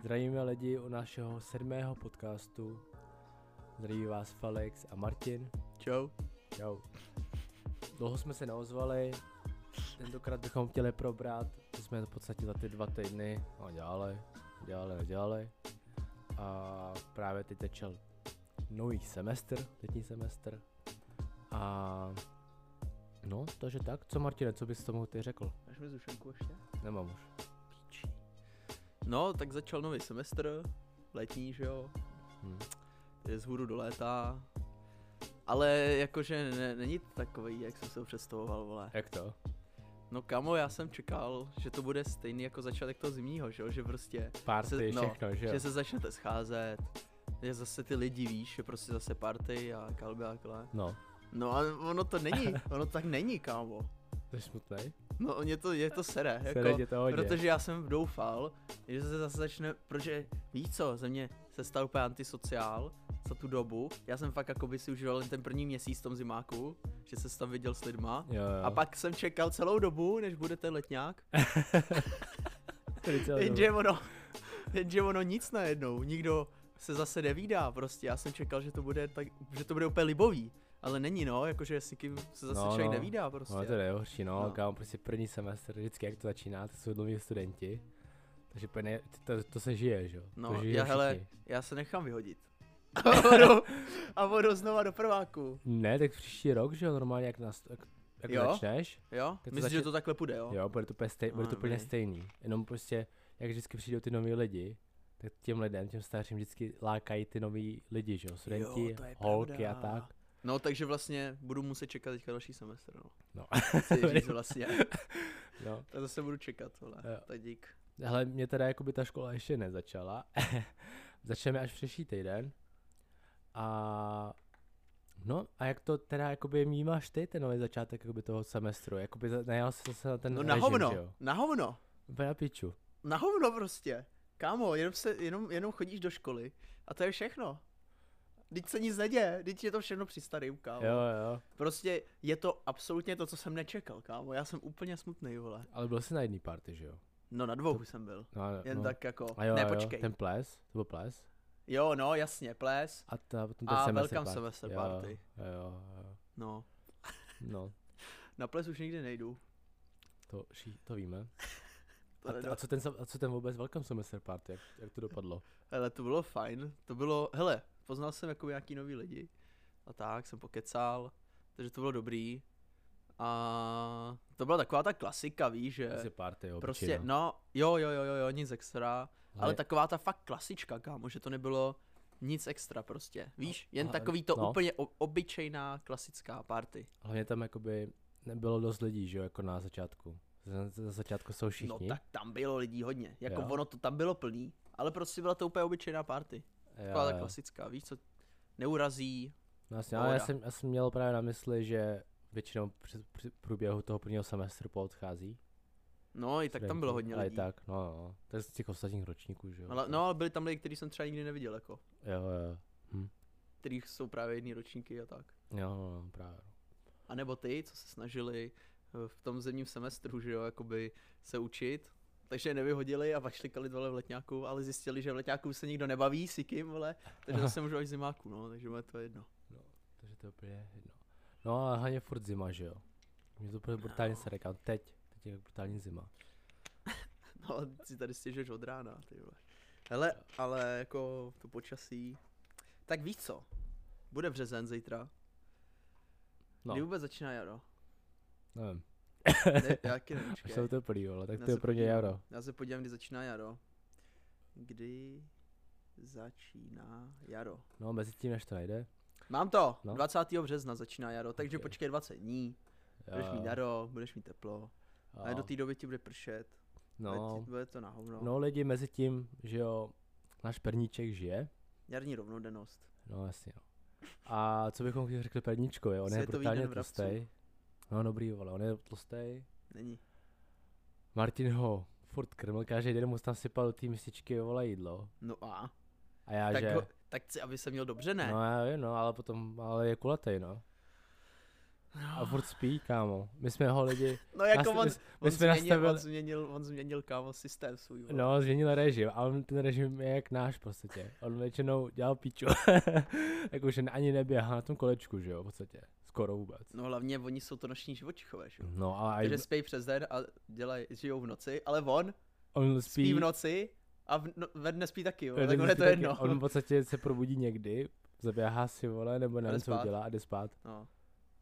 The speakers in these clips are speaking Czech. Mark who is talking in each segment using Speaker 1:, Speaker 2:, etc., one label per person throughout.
Speaker 1: Zdravíme lidi u našeho sedmého podcastu. Zdraví vás Felix a Martin.
Speaker 2: Čau.
Speaker 1: Čau. Dlouho jsme se neozvali, tentokrát bychom chtěli probrat, co jsme v podstatě za ty dva týdny no, dělali, dělali, nedělali. A právě teď začal nový semestr, letní semestr. A no, takže tak. Co Martine, co bys tomu ty řekl?
Speaker 2: Máš mi zušenku ještě?
Speaker 1: Nemám už.
Speaker 2: Píči. No, tak začal nový semestr, letní, že jo,
Speaker 1: Hm.
Speaker 2: je z hůru do léta. Ale jakože ne, není to takový, jak jsem se ho představoval, vole.
Speaker 1: Jak to?
Speaker 2: No kamo, já jsem čekal, že to bude stejný jako začátek toho zimního, že jo, že prostě,
Speaker 1: Party,
Speaker 2: Se- no,
Speaker 1: všechno, že jo?
Speaker 2: že se začnete scházet, je zase ty lidi, víš, je prostě zase party a kalby a kle.
Speaker 1: No,
Speaker 2: No a ono to není, ono to tak není, kámo.
Speaker 1: to je smutný.
Speaker 2: No, mě to, je to sere,
Speaker 1: Jako,
Speaker 2: jako,
Speaker 1: Sere tě to hodně.
Speaker 2: Protože já jsem doufal, že se zase začne, protože víš co, ze mě se stal úplně antisociál za tu dobu. Já jsem fakt jakoby si užíval jen ten první měsíc v tom zimáku, že jsem se tam viděl s lidma.
Speaker 1: Jo, jo.
Speaker 2: A pak jsem čekal celou dobu, než bude ten letňák.
Speaker 1: Tedy celou dobu.
Speaker 2: Jenže ono, jenže ono nic najednou, nikdo se zase nevídá prostě. Já jsem čekal, že to bude tak, že to bude úplně libový. Ale není no, jakože s nikým se zase
Speaker 1: No,
Speaker 2: no, člověk
Speaker 1: no.
Speaker 2: nevídá prostě.
Speaker 1: No to je nejhorší, no, no.
Speaker 2: No.
Speaker 1: kámo, prostě první semestr, vždycky jak to začíná, to jsou dlouhí studenti, takže plně, to, to, se žije, že jo?
Speaker 2: No,
Speaker 1: to žijou
Speaker 2: já hele,
Speaker 1: všichni.
Speaker 2: já se nechám vyhodit. A vodu, a vodu znova do prváku.
Speaker 1: Ne, tak příští rok, že jo, normálně jak, nás, jak, jak
Speaker 2: Jo?
Speaker 1: začneš,
Speaker 2: Jo?
Speaker 1: Teď to
Speaker 2: Myslíš,
Speaker 1: začne-
Speaker 2: že to takhle půjde, jo?
Speaker 1: jo, bude to úplně, stej, bude to
Speaker 2: Ah,
Speaker 1: úplně
Speaker 2: dobrý.
Speaker 1: stejný, jenom prostě, jak vždycky přijdou ty noví lidi, tak těm lidem, těm starším vždycky lákají ty noví lidi, že jo, studenti,
Speaker 2: to je
Speaker 1: holky
Speaker 2: pravda.
Speaker 1: a tak.
Speaker 2: No, takže vlastně budu muset čekat teďka další semestr, no.
Speaker 1: No.
Speaker 2: Chci říct vlastně.
Speaker 1: No.
Speaker 2: Tak zase budu čekat, vole.
Speaker 1: Jo.
Speaker 2: Tak dík.
Speaker 1: Hele, mě teda jakoby ta škola ještě nezačala. Začneme až příští týden. A no a jak to teda jakoby vnímáš ty ten nový začátek jakoby toho semestru? Jakoby za- najel jsi se na ten
Speaker 2: No na
Speaker 1: režim, že
Speaker 2: hovno,
Speaker 1: jo?
Speaker 2: na hovno,
Speaker 1: Úplně na piču.
Speaker 2: na hovno prostě. Kámo, jenom, se, jenom, jenom chodíš do školy a to je všechno. Teď se nic neděje, teď je to všechno při starým, kámo.
Speaker 1: Jo, jo.
Speaker 2: Prostě je to absolutně to, co jsem nečekal, kámo. Já jsem úplně smutný, vole.
Speaker 1: Ale byl jsi na jedný party, že jo?
Speaker 2: No na dvou jsem byl.
Speaker 1: No, no,
Speaker 2: Jen
Speaker 1: no.
Speaker 2: tak jako,
Speaker 1: A jo,
Speaker 2: ne
Speaker 1: a jo,
Speaker 2: počkej.
Speaker 1: ten ples, to byl ples.
Speaker 2: Jo, no, jasně, ples.
Speaker 1: A ta, potom ten
Speaker 2: A
Speaker 1: semestr
Speaker 2: welcome
Speaker 1: party.
Speaker 2: semester
Speaker 1: Jo,
Speaker 2: party.
Speaker 1: Jo, jo, jo.
Speaker 2: No,
Speaker 1: No,
Speaker 2: na ples už nikdy nejdu.
Speaker 1: to, ší, to víme.
Speaker 2: To
Speaker 1: A, t-
Speaker 2: nedo-
Speaker 1: a, co ten, sem- a co ten vůbec welcome semester party, jak, jak to dopadlo?
Speaker 2: Hele, to bylo fajn. To bylo, hele, poznal jsem jako nějaký nový lidi. A tak, jsem pokecal. Takže to bylo dobrý. A to byla taková ta klasika, víš, že...
Speaker 1: Asi party, jo,
Speaker 2: Eh, Prostě,
Speaker 1: většina.
Speaker 2: no, jo, jo, jo, jo, jo, nic extra. Ale
Speaker 1: Ale-
Speaker 2: taková ta fakt klasička, kámo, že to nebylo nic extra prostě. Víš, jen
Speaker 1: a-
Speaker 2: takový to
Speaker 1: no.
Speaker 2: úplně o- obyčejná klasická party.
Speaker 1: Hlavně tam jakoby nebylo dost lidí, že jo, jako na začátku. Za, za začátku jsou všichni.
Speaker 2: No tak tam bylo lidí hodně, jako
Speaker 1: Jo.
Speaker 2: ono to tam bylo plný, ale prostě byla to úplně obyčejná party, taková ta klasická, víš co, neurazí,
Speaker 1: No, jasně, ale já
Speaker 2: pohoda.
Speaker 1: jsem, já jsem měl právě na mysli, že většinou při, při průběhu toho prvního semestru poodchází.
Speaker 2: no i tak tam bylo
Speaker 1: studenti,
Speaker 2: hodně
Speaker 1: ale i
Speaker 2: lidí.
Speaker 1: Tak, no, no. To je z těch ostatních ročníků, že jo.
Speaker 2: Ale,
Speaker 1: to-
Speaker 2: no ale byli tam lidi, který jsem třeba nikdy neviděl, jako,
Speaker 1: Jo, jo,
Speaker 2: kterých jsou právě jední ročníky a tak.
Speaker 1: jo, no, no, právě.
Speaker 2: A nebo ty, co se snažili eh, v tom zemním semestru, že jo, jakoby se učit, takže je nevyhodili a pak šlikali dole v letňáku, ale zjistili, že v letňáku už se nikdo nebaví, s kým, vole, takže zase můžu až zimáku, no, takže mu je to jedno.
Speaker 1: Takže to je úplně jedno. No a hlavně furt zima, že jo. Mě to úplně brutálně se rekám. Teď, teď je brutální zima.
Speaker 2: No, ale si tady stěžeš od rána, ty vole. Hele, ale jako to počasí. Tak víš co? Bude březen zítra.
Speaker 1: No.
Speaker 2: No. Kdy vůbec začíná jaro?
Speaker 1: Nevím,
Speaker 2: Ne, já taky nevím,
Speaker 1: až
Speaker 2: čekej.
Speaker 1: se to prý, ale tak
Speaker 2: Já
Speaker 1: to je
Speaker 2: se
Speaker 1: pro mě
Speaker 2: podívám.
Speaker 1: jaro.
Speaker 2: Já se podívám, kdy začíná jaro. Kdy začíná jaro?
Speaker 1: No, mezi tím, než to najde.
Speaker 2: Mám to!
Speaker 1: No.
Speaker 2: No. 20. března začíná jaro, takže
Speaker 1: Ok.
Speaker 2: počkej 20 dní. Budeš mít jaro, budeš mít teplo.
Speaker 1: jo.
Speaker 2: Ale do té doby ti bude pršet.
Speaker 1: No,
Speaker 2: No. Bude to na hovno.
Speaker 1: No lidi mezi tím, že jo, náš perníček žije.
Speaker 2: Jarní rovnodennost.
Speaker 1: No jasně no. A co bychom chtěli řekli perníčkovi, on je
Speaker 2: Světový
Speaker 1: brutálně
Speaker 2: den vrabců.
Speaker 1: tlustej. No dobrý vole, on je tlustej.
Speaker 2: Není.
Speaker 1: Martin ho furt krmil, každý den mu tam sypal do té mističky vole jídlo.
Speaker 2: No a?
Speaker 1: A já
Speaker 2: tak,
Speaker 1: že...
Speaker 2: ho, tak chci, aby se měl dobře, ne?
Speaker 1: No já vím, no, ale potom, ale je kulatej no. a furt spí, kámo. My jsme ho lidi,
Speaker 2: No jako
Speaker 1: Nast-
Speaker 2: on,
Speaker 1: my- my
Speaker 2: on,
Speaker 1: jsme
Speaker 2: změnil, on,
Speaker 1: nastavili-
Speaker 2: změnil, on změnil kámo systém svůj. vole.
Speaker 1: no, změnil režim, ale on ten režim je jak náš v podstatě. On většinou dělal píču, jakože ani neběhá na tom kolečku, že jo, v podstatě, skoro vůbec.
Speaker 2: no hlavně oni jsou to noční živočichové, že jo.
Speaker 1: No, ale aj,
Speaker 2: Takže spí přes den a dělají, žijou v noci, ale on
Speaker 1: on
Speaker 2: spí,
Speaker 1: spí,
Speaker 2: v noci a v, no, ve dne spí taky, jo.
Speaker 1: on
Speaker 2: tak
Speaker 1: spí
Speaker 2: on je to
Speaker 1: taky-
Speaker 2: jedno.
Speaker 1: On v podstatě se probudí někdy, zaběhá si, vole, nebo
Speaker 2: A jde
Speaker 1: nevím, co
Speaker 2: spát.
Speaker 1: udělá a jde spát.
Speaker 2: No,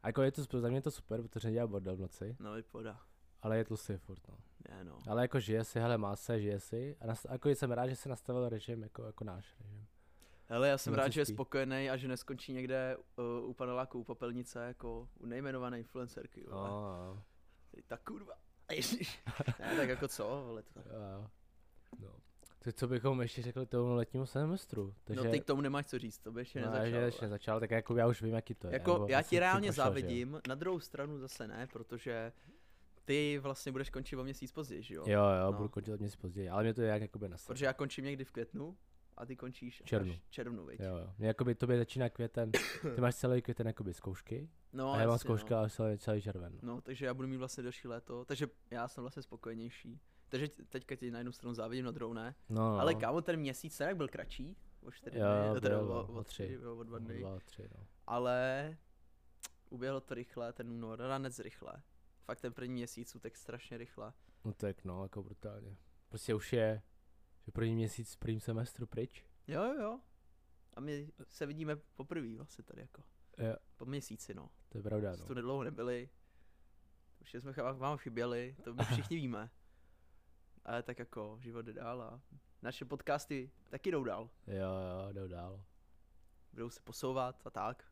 Speaker 1: A jako je to, sp- za mě je to super, protože nedělá bordel v noci,
Speaker 2: no vypadá.
Speaker 1: ale je tlusý furt, no.
Speaker 2: Ne, no.
Speaker 1: Ale jako žije si, hele, má se, žije si. A nas, jako jsem rád, že si nastavil režim, jako, jako náš režim.
Speaker 2: Hele, já jsem
Speaker 1: V
Speaker 2: rád,
Speaker 1: noci
Speaker 2: že je
Speaker 1: spí.
Speaker 2: spokojený a že neskončí někde uh, u paneláku, u popelnice, jako u nejmenované influencerky. Vole. No.
Speaker 1: No,
Speaker 2: Tak kurva. Ježiš. ne, tak jako co, vole, to tak.
Speaker 1: jo, jo. no. Tak co bychom ještě řekli tomu letnímu semestru? Takže,
Speaker 2: No ty k tomu nemáš co říct, to by ještě
Speaker 1: no,
Speaker 2: nezačal.
Speaker 1: že
Speaker 2: vole.
Speaker 1: ještě nezačal, tak jako já už vím, jaký to je.
Speaker 2: Jako,
Speaker 1: nebo
Speaker 2: já
Speaker 1: asi
Speaker 2: ti
Speaker 1: s tím
Speaker 2: reálně
Speaker 1: prošel, že jo?
Speaker 2: závidím, na druhou stranu zase ne, protože ty vlastně budeš končit o měsíc později, že jo?
Speaker 1: Jo, jo,
Speaker 2: No.
Speaker 1: budu končit měsíc později, ale mě to je jak jakoby na
Speaker 2: Protože já končím někdy v květnu a ty končíš až
Speaker 1: Červnu.
Speaker 2: červnu viď?
Speaker 1: Jo, jo. Mě jakoby tobě začíná květen, ty máš celý květen jakoby zkoušky,
Speaker 2: No,
Speaker 1: no, a já mám
Speaker 2: jasně,
Speaker 1: zkoušky
Speaker 2: No.
Speaker 1: ale celý, celý červen. No.
Speaker 2: no, takže já budu mít vlastně další léto, takže já jsem vlastně spokojenější. Takže t- teďka ti na jednu stranu závidím, na druhou ne.
Speaker 1: No, no.
Speaker 2: Ale kámo, ten měsíc se jak byl kratší, o čtyři
Speaker 1: Jo,
Speaker 2: dny, teda
Speaker 1: byl,
Speaker 2: o,
Speaker 1: no,
Speaker 2: o,
Speaker 1: o
Speaker 2: tři,
Speaker 1: tři.
Speaker 2: jo, o dva
Speaker 1: No,
Speaker 2: dny,
Speaker 1: Dva, tři, no.
Speaker 2: ale uběhlo to rychle, ten únor, ranec rychle. Fakt ten první měsíc utek strašně rychle.
Speaker 1: no tak no, jako brutálně. Prostě už je, že první měsíc, prvním semestru pryč.
Speaker 2: Jo, jo, jo. A my se vidíme poprvé vlastně tady jako.
Speaker 1: Jo.
Speaker 2: Po měsíci, no.
Speaker 1: To je pravda,
Speaker 2: Jsme
Speaker 1: no.
Speaker 2: tu nedlouho nebyli. Už jsme ch- vám chyběli, to my všichni víme. Ale tak jako, život jde dál a naše podcasty taky jdou dál.
Speaker 1: Jo, jo, jdou dál.
Speaker 2: Budou se posouvat a tak.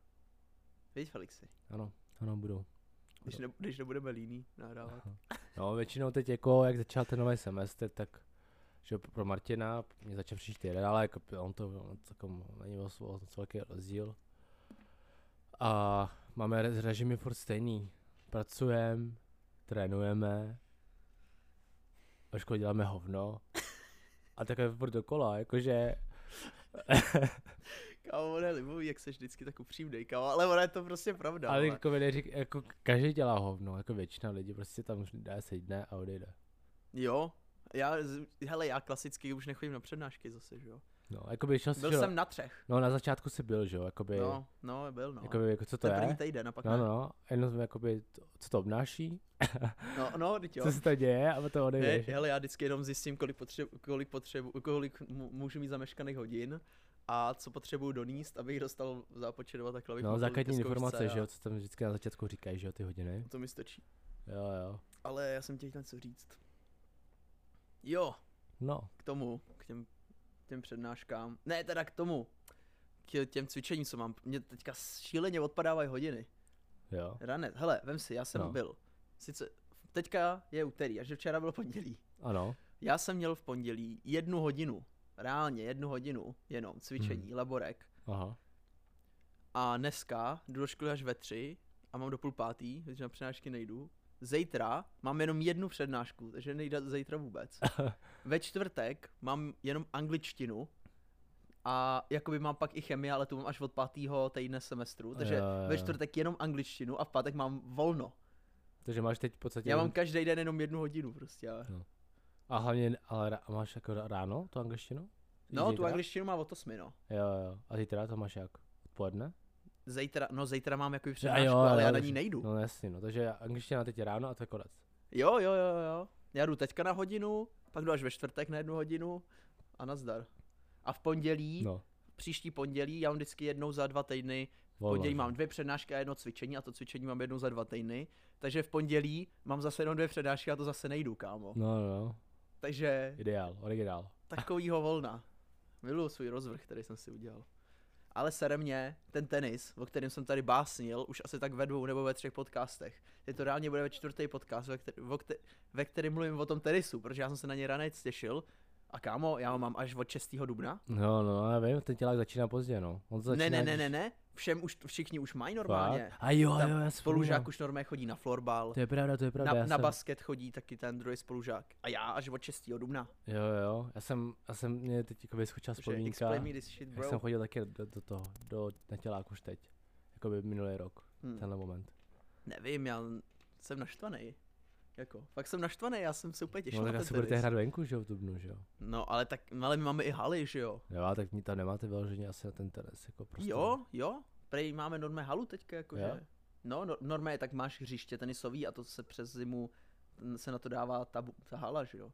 Speaker 2: Víš, Felixi,
Speaker 1: Ano, ano, budou.
Speaker 2: když, ne, když nebudeme líní nahrávat.
Speaker 1: No, většinou teď jako, jak začal ten nový semestr, tak že jo, pro Martina mě začal příští jeden, ale jako on to, on to jako, není moc, moc velký rozdíl. A máme re- režimy furt stejný. Pracujeme, trénujeme, ve škole děláme hovno. A takhle furt dokola, jakože
Speaker 2: Kámo, ono je libový, jak se vždycky tak upřímnej, kámo, ale ono je to prostě pravda.
Speaker 1: Ale
Speaker 2: Ale
Speaker 1: jako, mi neřík, jako každý dělá hovno, jako většina lidí prostě tam už dá sedne a odejde.
Speaker 2: Jo, já, z- hele, já klasicky už nechodím na přednášky zase, že jo.
Speaker 1: No, jako by šel
Speaker 2: Byl
Speaker 1: šel-
Speaker 2: jsem na třech.
Speaker 1: No na začátku si byl, že jo, jakoby, no,
Speaker 2: No, no, byl, no.
Speaker 1: jakoby jako co to
Speaker 2: Ten
Speaker 1: je?
Speaker 2: první týden a pak
Speaker 1: No,
Speaker 2: ne.
Speaker 1: no, no, jenom jsme jakoby, to, co to obnáší,
Speaker 2: No, no, teď jo.
Speaker 1: co se to děje a to
Speaker 2: Ne,
Speaker 1: odejdeš.
Speaker 2: hele, já vždycky jenom zjistím, kolik potřebu, kolik, potřebu, kolik mu- můžu mít zameškaných hodin a co potřebuju doníst, abych dostal zápočetovat takhle. abych
Speaker 1: No,
Speaker 2: mohl
Speaker 1: základní
Speaker 2: ke zkoušce
Speaker 1: informace,
Speaker 2: a
Speaker 1: že jo, co tam vždycky na začátku říkají, že jo, ty hodiny.
Speaker 2: To mi stačí.
Speaker 1: Jo, jo.
Speaker 2: Ale já jsem tě chtěl něco říct. Jo,
Speaker 1: No,
Speaker 2: k tomu, k těm, těm přednáškám. Ne, teda k tomu. K těm cvičením, co mám. Mě teďka šíleně odpadávají hodiny.
Speaker 1: jo.
Speaker 2: Ranec, hele, vem si, já jsem no.
Speaker 1: No.
Speaker 2: byl. Sice teďka je úterý, až včera bylo pondělí.
Speaker 1: Ano,
Speaker 2: Já jsem měl v pondělí jednu hodinu, reálně jednu hodinu jenom cvičení, hmm. laborek.
Speaker 1: aha.
Speaker 2: A dneska jdu do školy až ve tři a mám do půl pátý, takže na přednášky nejdu. Zítra mám jenom jednu přednášku, takže nejde zítra vůbec. Ve čtvrtek mám jenom angličtinu a jakoby mám pak i chemii, ale tu mám až od pátého týdne semestru, takže
Speaker 1: Jo, jo,
Speaker 2: ve
Speaker 1: jo.
Speaker 2: čtvrtek jenom angličtinu a v pátek mám volno.
Speaker 1: Takže máš teď v podstatě...
Speaker 2: Já mám
Speaker 1: jen-
Speaker 2: každý den jenom jednu hodinu prostě. Ale...
Speaker 1: A hlavně, ale rá- a máš jako rá- ráno tu angličtinu?
Speaker 2: No, tu
Speaker 1: Zítra?
Speaker 2: angličtinu mám od osmi, no.
Speaker 1: Jo, jo. A zítra to máš jak? Odpoledne?
Speaker 2: Zítra, no zítra mám jako
Speaker 1: jo,
Speaker 2: přednášku, jo, ale
Speaker 1: jo,
Speaker 2: já na
Speaker 1: takže-
Speaker 2: ní nejdu.
Speaker 1: No jasně, no, takže angličtina teď je ráno a to je konec.
Speaker 2: Jo, jo, jo, jo. Já jdu teďka na hodinu, pak jdu až ve čtvrtek na jednu hodinu a nazdar. A v pondělí, no.
Speaker 1: No,
Speaker 2: příští pondělí, já mám vždycky jednou za dva týdny, v
Speaker 1: volno,
Speaker 2: pondělí
Speaker 1: že?
Speaker 2: mám dvě přednášky a jedno cvičení a to cvičení mám jednou za dva týdny, takže v pondělí mám zase jenom dvě přednášky a to zase nejdu, kámo. No.
Speaker 1: No, no, no,
Speaker 2: Takže
Speaker 1: ideál, originál.
Speaker 2: takovýho volna. Miluju svůj rozvrh, který jsem si udělal. Ale sere mě ten tenis, o kterém jsem tady básnil, už asi tak ve dvou nebo ve třech podcastech. Je to reálně bude ve čtvrtý podcast, ve, který, o kte- ve kterém mluvím o tom tenisu, protože já jsem se na něj ranec těšil. A kámo, já ho mám až od 6. dubna.
Speaker 1: No, no, já vím, ten tělák začíná pozdě, no. On to
Speaker 2: Ne,
Speaker 1: začíná
Speaker 2: ne, ne,
Speaker 1: když-
Speaker 2: ne, ne, všem už, všichni už mají
Speaker 1: Fakt?
Speaker 2: normálně.
Speaker 1: A jo, jo,
Speaker 2: Tam
Speaker 1: já
Speaker 2: Spolužák
Speaker 1: spolužák
Speaker 2: už normálně chodí na florbal,
Speaker 1: To je pravda, to je pravda.
Speaker 2: na,
Speaker 1: já
Speaker 2: na
Speaker 1: jsem,
Speaker 2: basket chodí taky ten druhý spolužák. A já až od 6. dubna.
Speaker 1: Jo, jo, já jsem, já jsem, mě teď jako vyskočila
Speaker 2: Takže
Speaker 1: vzpomínka.
Speaker 2: explain me this shit,
Speaker 1: Já jsem
Speaker 2: bro.
Speaker 1: chodil taky do, do toho, do, na tělák už teď. Jakoby minulý rok,
Speaker 2: Hm.
Speaker 1: tenhle moment.
Speaker 2: Nevím, já jsem naštvaný. Jako, fakt jsem naštvaný, já jsem se úplně těšil
Speaker 1: No, tak
Speaker 2: na ten
Speaker 1: asi budete
Speaker 2: tenis.
Speaker 1: hrát venku, že jo, v Dubnu, že jo.
Speaker 2: No, ale tak, ale my máme i haly, že jo?
Speaker 1: Jo, tak ní tam nemáte vyloženě asi na ten tenis, jako prostě.
Speaker 2: Jo, jo, prej máme normé halu teďka,
Speaker 1: Jo?
Speaker 2: jakože. No, no, normálně tak máš hřiště tenisový a to se přes zimu mm, se na to dává ta, bu- ta hala, že jo?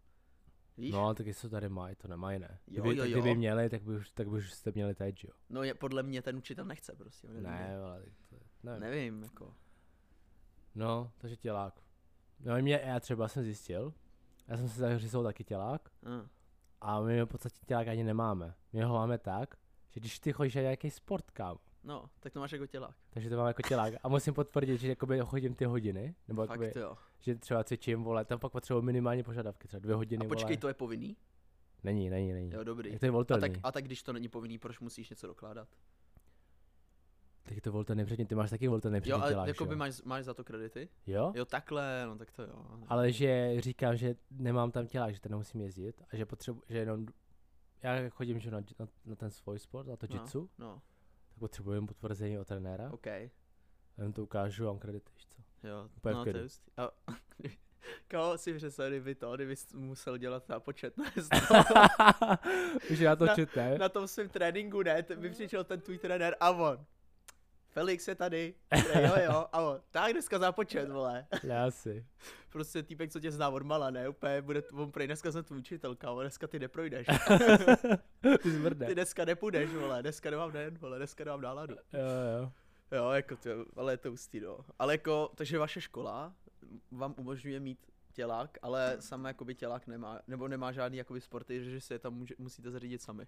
Speaker 2: Víš?
Speaker 1: No, tak jestli to tady mají, to nemají, ne?
Speaker 2: Jo,
Speaker 1: kdyby,
Speaker 2: jo,
Speaker 1: tak
Speaker 2: jo.
Speaker 1: kdyby měli, tak by, už, tak by už jste měli teď, že jo?
Speaker 2: No, je, podle mě ten učitel nechce prostě. on
Speaker 1: Ne, ale tak to je, nevím.
Speaker 2: Nevím, jako.
Speaker 1: No, takže tělák. No, mě, já třeba jsem zjistil, já jsem si zařizoval taky tělák,
Speaker 2: Uh.
Speaker 1: a my v podstatě tělák ani nemáme. My ho máme tak, že když ty chodíš na nějaký sport, kámo,
Speaker 2: No, tak to máš jako tělák.
Speaker 1: takže to mám jako tělák. A musím potvrdit, že jakoby chodím ty hodiny, nebo
Speaker 2: Fakt
Speaker 1: jakoby,
Speaker 2: jo.
Speaker 1: že třeba cvičím, vole, tam pak potřebuji minimální požadavky, třeba dvě hodiny,
Speaker 2: A počkej,
Speaker 1: vole.
Speaker 2: to je povinný?
Speaker 1: Není, není, není.
Speaker 2: Jo, dobrý.
Speaker 1: Jak to je
Speaker 2: A tak,
Speaker 1: volitelný?
Speaker 2: a tak když to není povinný, proč musíš něco dokládat?
Speaker 1: Tak je to volitelný předmět, ty máš taky volitelný
Speaker 2: Jo,
Speaker 1: předmět
Speaker 2: a
Speaker 1: děláš,
Speaker 2: jako by
Speaker 1: jo?
Speaker 2: máš, máš za to kredity?
Speaker 1: jo?
Speaker 2: Jo, takhle, no tak to jo.
Speaker 1: Ale že říkám, že nemám tam tělák, že tam nemusím jezdit a že potřebuji, že jenom, já chodím že na, na, na ten svůj sport, na to
Speaker 2: No.
Speaker 1: jitsu,
Speaker 2: No,
Speaker 1: tak potřebujeme potvrzení od trenéra,
Speaker 2: OK.
Speaker 1: okay. jen to ukážu, mám kredit, víš co.
Speaker 2: Jo,
Speaker 1: Úplně v
Speaker 2: no to je
Speaker 1: klidu.
Speaker 2: hustý. A, Kámo, si představ, kdyby to, kdyby jsi musel dělat zápočet na, na,
Speaker 1: Už já to
Speaker 2: Na-
Speaker 1: čet, ne?
Speaker 2: na tom svém tréninku, ne? Ten by přišel ten tvůj trenér a on. Felix je tady, Frej, jo jo, a on, tak dneska zápočet, vole.
Speaker 1: Ne, asi.
Speaker 2: Prostě týpek, co tě zná od mala, ne? Úplně bude, t- on prej dneska jsem tvůj učitel, kámo, dneska ty neprojdeš.
Speaker 1: Ty zmrde.
Speaker 2: Ty dneska nepůjdeš, vole, dneska nemám den, vole, dneska nemám náladu.
Speaker 1: Jo, jo.
Speaker 2: Jo, jako ty, ale je to ústý, no. Ale jako, takže vaše škola vám umožňuje mít tělák, ale sama jakoby tělák nemá, nebo nemá žádný jakoby sporty, že se je tam může, musíte zařídit sami.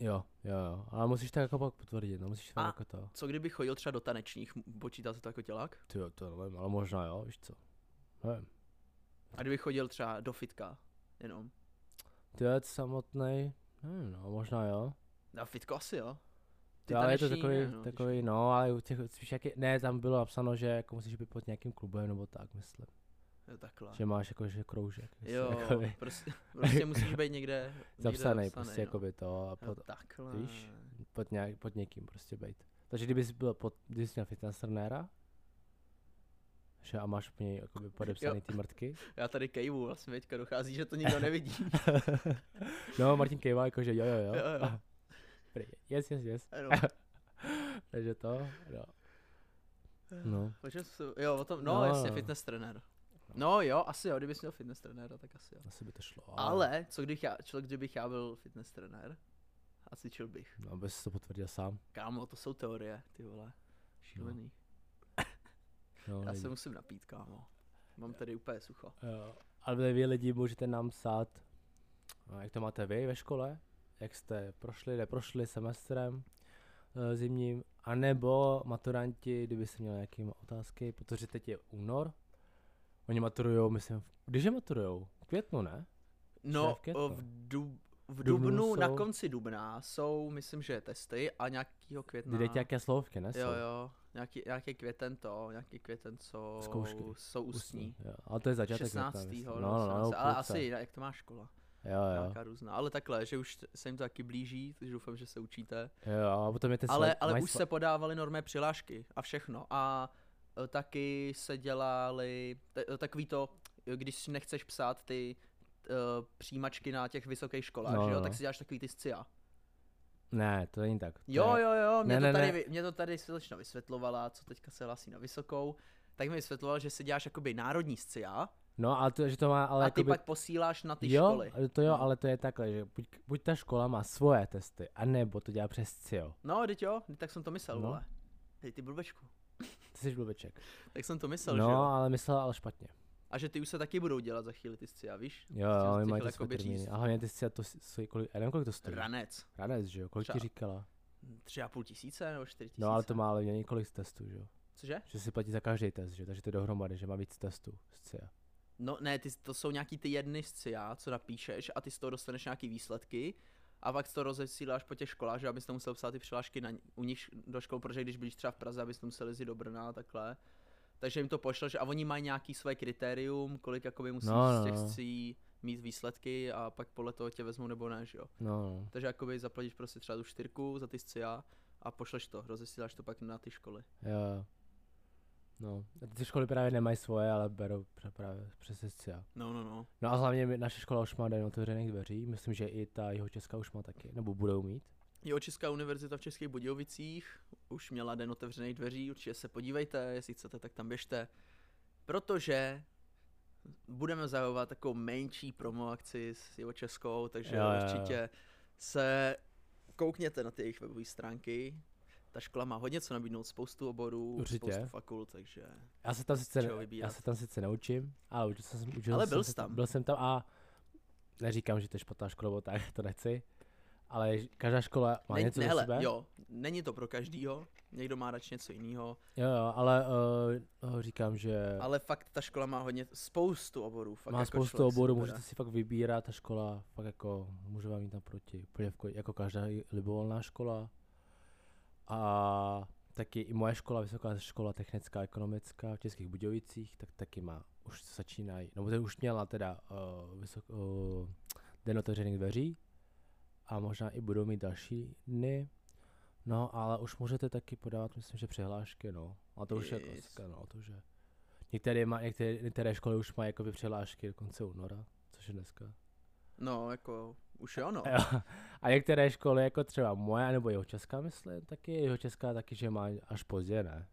Speaker 1: Jo, jo, jo. Ale musíš to jako pak potvrdit, no musíš to
Speaker 2: A-
Speaker 1: jako to.
Speaker 2: Co kdyby chodil třeba do tanečních, m- počítá se to jako tělák?
Speaker 1: Ty jo, to nevím, ale možná jo, víš co. Nevím.
Speaker 2: A kdyby chodil třeba do fitka, jenom.
Speaker 1: Ty jo, samotný, nevím, no, možná jo.
Speaker 2: Na fitko asi jo.
Speaker 1: Ty ale je to
Speaker 2: taneční
Speaker 1: takový,
Speaker 2: ne, no,
Speaker 1: takový, no, ale u těch, spíš jak je, ne, tam bylo napsáno, že jako musíš být pod nějakým klubem nebo tak, myslím.
Speaker 2: když- Jo, takhle.
Speaker 1: Že máš jako, že kroužek. myslím,
Speaker 2: Jo,
Speaker 1: jakoby
Speaker 2: prostě, prostě musíš být někde
Speaker 1: zapsaný,
Speaker 2: někde
Speaker 1: prostě, jako by to, a
Speaker 2: no. Jo,
Speaker 1: pod,
Speaker 2: takhle.
Speaker 1: víš? pod, nějak, pod někým prostě být. Takže kdyby jsi byl pod, kdyby jsi měl fitness trenéra, že a máš po něj jakoby podepsaný ty mrtky.
Speaker 2: Já tady kejvu, vlastně teďka dochází, že to nikdo nevidí.
Speaker 1: no, Martin kejvá jakože jo, jo, jo.
Speaker 2: Jo, jo.
Speaker 1: Prý, Yes, yes, yes.
Speaker 2: Ano.
Speaker 1: Takže to, no. No,
Speaker 2: O čem se, jo, o tom, no,
Speaker 1: No,
Speaker 2: no jasně,
Speaker 1: no.
Speaker 2: fitness trenér. No jo, asi jo, kdybys měl fitness trenéra, tak asi jo.
Speaker 1: asi by to šlo.
Speaker 2: Ale, co když já, člověk, kdybych já byl fitness trenér? A cvičil bych.
Speaker 1: No, aby jsi to potvrdil sám.
Speaker 2: Kámo, to jsou teorie, ty vole. Šílený.
Speaker 1: No,
Speaker 2: Já
Speaker 1: lidi.
Speaker 2: se musím napít, kámo. Mám tady úplně sucho.
Speaker 1: Jo. Eh, Ale vy lidi můžete nám psát, a jak to máte vy ve škole, jak jste prošli, neprošli semestrem eh, zimním, anebo maturanti, kdybyste měli nějaké otázky, protože teď je únor, oni maturujou, myslím, v- když je maturujou? V květnu, ne?
Speaker 2: No,
Speaker 1: v květnu.
Speaker 2: o, v, dub, v
Speaker 1: dubnu
Speaker 2: dubnu, na
Speaker 1: jsou-
Speaker 2: konci dubna jsou, myslím, že testy a nějakýho května.
Speaker 1: Kdy děti jaké slovky, ne?
Speaker 2: No. Jo,
Speaker 1: jsou?
Speaker 2: jo, nějaký, nějaký květen to, nějaký květen jsou,
Speaker 1: Zkoušky.
Speaker 2: jsou ústní.
Speaker 1: Jo. Ale to je začátek května,
Speaker 2: 16.
Speaker 1: myslím.
Speaker 2: No,
Speaker 1: no, no, no,
Speaker 2: ale
Speaker 1: půlce.
Speaker 2: asi, jinak, jak to má škola,
Speaker 1: Jo, jo,
Speaker 2: nějaká různá, ale takhle, že už t- se jim to taky blíží, takže doufám, že se učíte,
Speaker 1: jo, a potom je ten
Speaker 2: ale,
Speaker 1: sva-
Speaker 2: ale
Speaker 1: mají
Speaker 2: už
Speaker 1: sva-
Speaker 2: se podávaly normé přihlášky a všechno a e, taky se dělali t- e, takový to, e, když si nechceš psát ty e, přijímačky na těch vysokých školách,
Speaker 1: No,
Speaker 2: že jo,
Speaker 1: no,
Speaker 2: tak
Speaker 1: no.
Speaker 2: si děláš takový ty scia.
Speaker 1: Ne, to není tak. To
Speaker 2: Jo,
Speaker 1: je-
Speaker 2: jo, jo, mě,
Speaker 1: Ne, ne,
Speaker 2: ne, to, tady,
Speaker 1: ne.
Speaker 2: vy- mě to tady slečna vysvětlovala, co teďka se hlásí na vysokou, tak mi vysvětlovala, že si děláš jakoby národní scia
Speaker 1: No, ale to, že to má, ale
Speaker 2: a ty
Speaker 1: jakoby-
Speaker 2: pak posíláš na ty
Speaker 1: jo,
Speaker 2: školy.
Speaker 1: to jo,
Speaker 2: No.
Speaker 1: ale to je takhle, že buď, buď ta škola má svoje testy, anebo to dělá přes CIO.
Speaker 2: No, teď jo, teď tak jsem to myslel,
Speaker 1: No.
Speaker 2: no. vole. Hej, ty blbečku.
Speaker 1: Ty jsi blbeček.
Speaker 2: Tak jsem to myslel,
Speaker 1: no,
Speaker 2: že jo.
Speaker 1: ale myslel ale špatně.
Speaker 2: A že ty už se taky budou dělat za chvíli ty sci, a víš?
Speaker 1: Jo,
Speaker 2: Prostě
Speaker 1: jo,
Speaker 2: jsem
Speaker 1: oni
Speaker 2: si
Speaker 1: mají
Speaker 2: chtěl
Speaker 1: ty své
Speaker 2: jakoby
Speaker 1: termíny.
Speaker 2: říct.
Speaker 1: A hlavně ty si to stojí kolik, já nevím, kolik to stojí.
Speaker 2: Ranec.
Speaker 1: Ranec, že jo, kolik ti
Speaker 2: Třeba.
Speaker 1: říkala?
Speaker 2: Tři a půl tisíce nebo čtyři tisíce.
Speaker 1: No, ale to má ale několik testů, že jo.
Speaker 2: Cože?
Speaker 1: Že si platí za každý test, že? Takže to je dohromady, že má víc testů z CIA.
Speaker 2: No ne, ty, to jsou nějaký ty jedny sci, co napíšeš a ty z toho dostaneš nějaký výsledky. A pak to rozesíláš po těch školách, že abys to musel psát ty přihlášky na, u nich do škol, protože když byliš třeba v Praze, abys to musel jezdit do Brna a takhle. Takže jim to pošleš a oni mají nějaký své kritérium, kolik jakoby musíš
Speaker 1: No, no,
Speaker 2: z těch
Speaker 1: no.
Speaker 2: sci mít výsledky a pak podle toho tě vezmou nebo ne, že jo.
Speaker 1: No, no.
Speaker 2: Takže jakoby zaplatíš prostě třeba tu čtyřku za ty scia a pošleš to, rozesíláš to pak na ty školy.
Speaker 1: jo. jo. No, ty školy právě nemají svoje, ale berou pra- právě přes SCA.
Speaker 2: No, no, no.
Speaker 1: No a hlavně mi- naše škola už má den otevřených dveří, myslím, že i ta jeho česká už má taky, nebo budou mít.
Speaker 2: Jo, Česká univerzita v Českých Budějovicích už měla den otevřených dveří, určitě se podívejte, jestli chcete, tak tam běžte. Protože budeme zahajovat takovou menší promo akci s jeho Českou, takže
Speaker 1: Jo,
Speaker 2: jo,
Speaker 1: jo, jo.
Speaker 2: určitě se koukněte na ty jejich webové stránky. Ta škola má hodně co nabídnout, spoustu oborů,
Speaker 1: Určitě.
Speaker 2: spoustu fakult, takže
Speaker 1: Já se tam sice,
Speaker 2: Čeho
Speaker 1: já
Speaker 2: vybírat.
Speaker 1: se tam sice neučím, ale učil jsem, se- učil
Speaker 2: Ale
Speaker 1: jsem
Speaker 2: byl
Speaker 1: se
Speaker 2: jsi tam.
Speaker 1: Byl jsem tam a neříkám, že to je špatná škola, nebo tak, to nechci. Ale ž- každá škola má
Speaker 2: Není-
Speaker 1: něco
Speaker 2: ne,
Speaker 1: do
Speaker 2: hele,
Speaker 1: sebe.
Speaker 2: jo, není to pro každýho, někdo má radši něco jiného,
Speaker 1: jo, jo, ale uh, říkám, že
Speaker 2: ale fakt ta škola má hodně, spoustu oborů. Fakt
Speaker 1: má
Speaker 2: jako
Speaker 1: spoustu
Speaker 2: člověk si
Speaker 1: oborů,
Speaker 2: vybere.
Speaker 1: můžete si fakt vybírat, ta škola fakt jako, může vám jít tam proti, úplně jako, jako každá i libovolná škola. A taky i moje škola, Vysoká škola technická a ekonomická v Českých Budějovicích, tak taky má, už začínají, nebo to už měla teda uh, vysok, uh, den otevřených dveří a možná i budou mít další dny. No, ale už můžete taky podávat, myslím, že přihlášky, no. A to už je
Speaker 2: Yes.
Speaker 1: klasika, no, to už je. Některé, má, některé, některé školy už mají jakoby přihlášky do konce února, což je dneska.
Speaker 2: No, jako, už jo, no.
Speaker 1: A jo. A některé školy, jako třeba moje, nebo jeho česká, myslím, taky jeho česká taky, že má až pozdě, ne?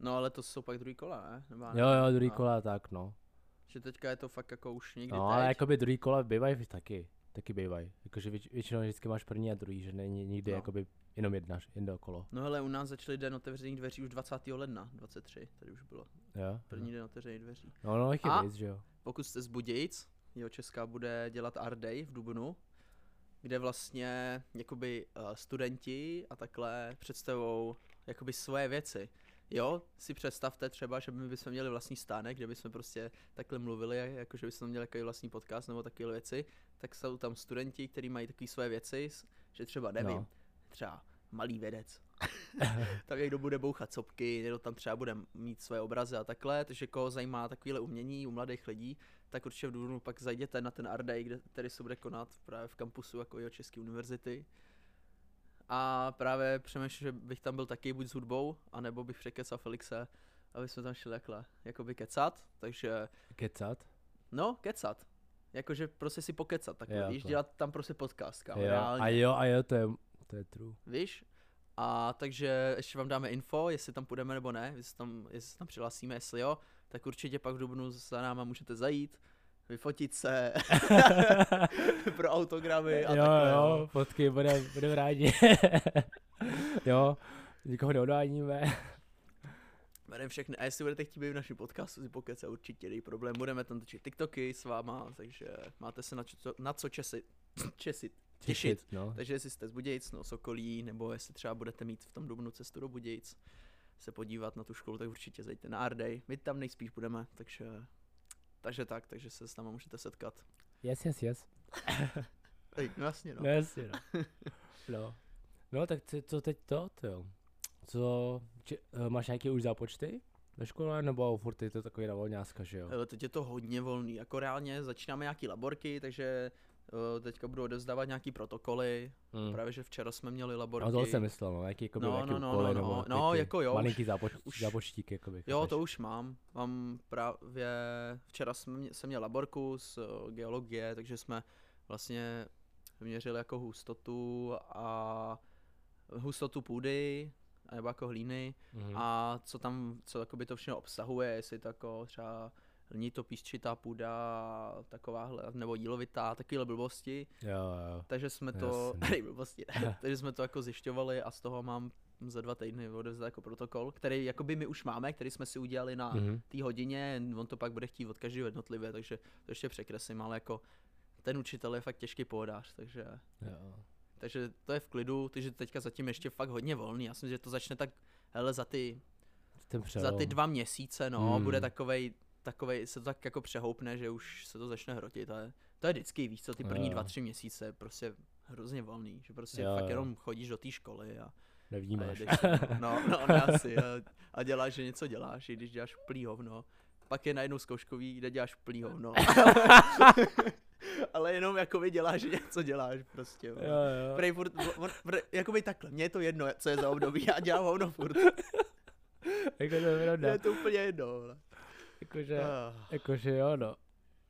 Speaker 2: No, ale to jsou pak druhý kola, ne? Nebo ne?
Speaker 1: Jo, jo, druhý
Speaker 2: no.
Speaker 1: kola, tak no.
Speaker 2: Že teďka je to fakt jako už někdy
Speaker 1: No,
Speaker 2: teď.
Speaker 1: ale jakoby druhý kola bývají taky, taky bývají. Jakože věč, většinou vždycky máš první a druhý, že není nikdy
Speaker 2: No.
Speaker 1: jakoby jenom jedna, jedno kolo.
Speaker 2: No hele, u nás začaly den otevřených dveří už 20. ledna, 23, tady už bylo
Speaker 1: Jo?
Speaker 2: první den otevřených dveří.
Speaker 1: No, no, jich je
Speaker 2: A-
Speaker 1: víc, že jo.
Speaker 2: Pokud jste z Budějic, jeho Česká bude dělat Art Day v Dubnu, kde vlastně jakoby eh, studenti a takhle představou jakoby svoje věci. Jo, si představte třeba, že my bychom měli vlastní stánek, kde bychom prostě takhle mluvili, jako že bychom měli takový vlastní podcast nebo takové věci, tak jsou tam studenti, kteří mají takové svoje věci, s- že třeba nevím,
Speaker 1: No.
Speaker 2: no. třeba malý vědec. tam někdo bude bouchat sopky, někdo tam třeba bude mít své obrazy a takhle, takže koho zajímá takovéhle umění u mladých lidí, tak určitě v Dubnu pak zajděte na ten Art Day, kde, který se bude konat právě v kampusu jako jeho České univerzity. A právě přemýšlím, že bych tam byl taky buď s hudbou, anebo bych překecal Felixe, aby jsme tam šli takhle, jakoby kecat, takže,
Speaker 1: Kecat?
Speaker 2: no, kecat. Jakože prostě si pokecat, tak
Speaker 1: Jo,
Speaker 2: víš,
Speaker 1: to.
Speaker 2: dělat tam prostě podcast, kámo,
Speaker 1: jo. A
Speaker 2: reálně,
Speaker 1: jo, a jo, to je, to je true.
Speaker 2: víš? A takže ještě vám dáme info, jestli tam půjdeme nebo ne, jestli, tam, jestli se tam přihlásíme, jestli jo, tak určitě pak v Dubnu za náma můžete zajít, vyfotit se pro autogramy a
Speaker 1: jo,
Speaker 2: takhle.
Speaker 1: jo,
Speaker 2: no.
Speaker 1: fotky budeme budem rádi. jo, nikoho neodvádíme.
Speaker 2: Bereme všechny. A jestli budete chtít být v našem podcastu, si pokece určitě dej problém. Budeme tam točit TikToky s váma, takže máte se na co, na co česit. česit. Těšit.
Speaker 1: Těšit, no.
Speaker 2: Takže jestli jste z Budějic, no Sokolí, nebo jestli třeba budete mít v tom dubnu cestu do Budějic, se podívat na tu školu, tak určitě zajďte na Ardej. My tam nejspíš budeme, takže... Takže tak, takže se s náma můžete setkat.
Speaker 1: Yes, yes, yes.
Speaker 2: Ej, no jasně, no.
Speaker 1: No, jasně, no. no. No, tak co, co teď to, to jo? Co, či, eh, máš nějaké už zápočty ve škole, nebo furt je to takový navolňáska, že jo?
Speaker 2: Ale Eh, teď je to hodně volný, jako reálně začínáme nějaký laborky, takže eh, teďka budu odezdávat nějaký protokoly,
Speaker 1: Mm.
Speaker 2: Právě, že včera jsme měli
Speaker 1: A toho
Speaker 2: laborky.
Speaker 1: jsem myslel, no, jaký, jakoby,
Speaker 2: No,
Speaker 1: jaký
Speaker 2: no, no,
Speaker 1: úkoly,
Speaker 2: no,
Speaker 1: nebo
Speaker 2: no, no,
Speaker 1: jaký
Speaker 2: jako jo, už-
Speaker 1: Malinký zápoč,
Speaker 2: už-
Speaker 1: zápočtík, jakoby.
Speaker 2: jo,
Speaker 1: chápeš?
Speaker 2: to už mám. Mám právě, včera jsme, mě- jsem měl laborku z eh, geologie, takže jsme vlastně měřili jako hustotu a hustotu půdy, nebo jako hlíny
Speaker 1: Mhm.
Speaker 2: a co tam, co jakoby to všechno obsahuje, jestli to jako třeba lnitopísčitá půda, takováhle, nebo jílovitá, takovéhle blbosti.
Speaker 1: Jo, jo.
Speaker 2: Takže jsme to,
Speaker 1: Jasně.
Speaker 2: hej, blbosti, ne. takže jsme to jako zjišťovali a z toho mám za dva týdny odevzdat jako protokol, který jakoby my už máme, který jsme si udělali na
Speaker 1: Mhm.
Speaker 2: té hodině, on to pak bude chtít od každého jednotlivě, takže to ještě překreslím, ale jako ten učitel je fakt těžký pohodář, takže,
Speaker 1: Jo.
Speaker 2: takže to je v klidu, takže teďka zatím ještě fakt hodně volný, já si myslím, že to začne tak, hele, za ty,
Speaker 1: Ten
Speaker 2: za ty
Speaker 1: přelom.
Speaker 2: dva měsíce, no,
Speaker 1: Hmm.
Speaker 2: bude takovej, takovej, se to tak jako přehoupne, že už se to začne hrotit, ale to je vždycky, víš co, ty první
Speaker 1: Jo.
Speaker 2: dva, tři měsíce je prostě hrozně volný, že prostě
Speaker 1: Jo,
Speaker 2: jo, fakt
Speaker 1: jo.
Speaker 2: jenom chodíš do té školy a, a
Speaker 1: Nevnímáš.
Speaker 2: jedeš, se, no, no, no, ne asi, a, a děláš, že něco děláš, i když děláš plý hovno, pak je najednou zkouškový, kde děláš plý hovno, ale jenom jakoby děláš, že něco děláš prostě, jo.
Speaker 1: Jo, jo. No.
Speaker 2: Prej furt, on, prej, jakoby takhle, mně je to jedno, co je za období, já dělám hovno furt.
Speaker 1: jako to je
Speaker 2: Ne,
Speaker 1: pravda.
Speaker 2: je to úplně jedno, vole.
Speaker 1: Jakože,
Speaker 2: Ah.
Speaker 1: jakože jo, no.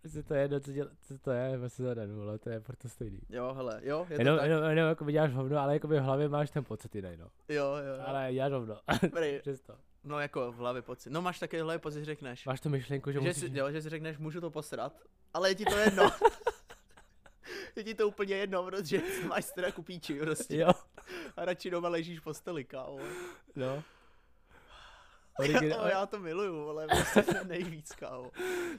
Speaker 1: Prostě to je jedno, co, děl, co to je, prostě za den, vole, to je furt to stejný.
Speaker 2: Jo, hele, jo, je to
Speaker 1: jenom,
Speaker 2: tak.
Speaker 1: jenom, jenom, jako děláš hovno, ale jako v hlavě máš ten pocit jiný, no.
Speaker 2: Jo, jo, ale...
Speaker 1: Ale děláš hovno,
Speaker 2: Prý,
Speaker 1: přesto.
Speaker 2: no jako v hlavě pocit. No máš taky v hlavě pocit, že řekneš.
Speaker 1: Máš tu myšlenku, že,
Speaker 2: že,
Speaker 1: musíš...
Speaker 2: si, jo, že si řekneš, můžu to posrat, ale je ti to jedno. je ti to úplně jedno, protože máš teda kupíči prostě.
Speaker 1: Jo,
Speaker 2: A radši doma ležíš v posteli, kámo.
Speaker 1: no.
Speaker 2: Origin...
Speaker 1: Originál,
Speaker 2: já to miluju, ale prostě to je nejvíc, kámo.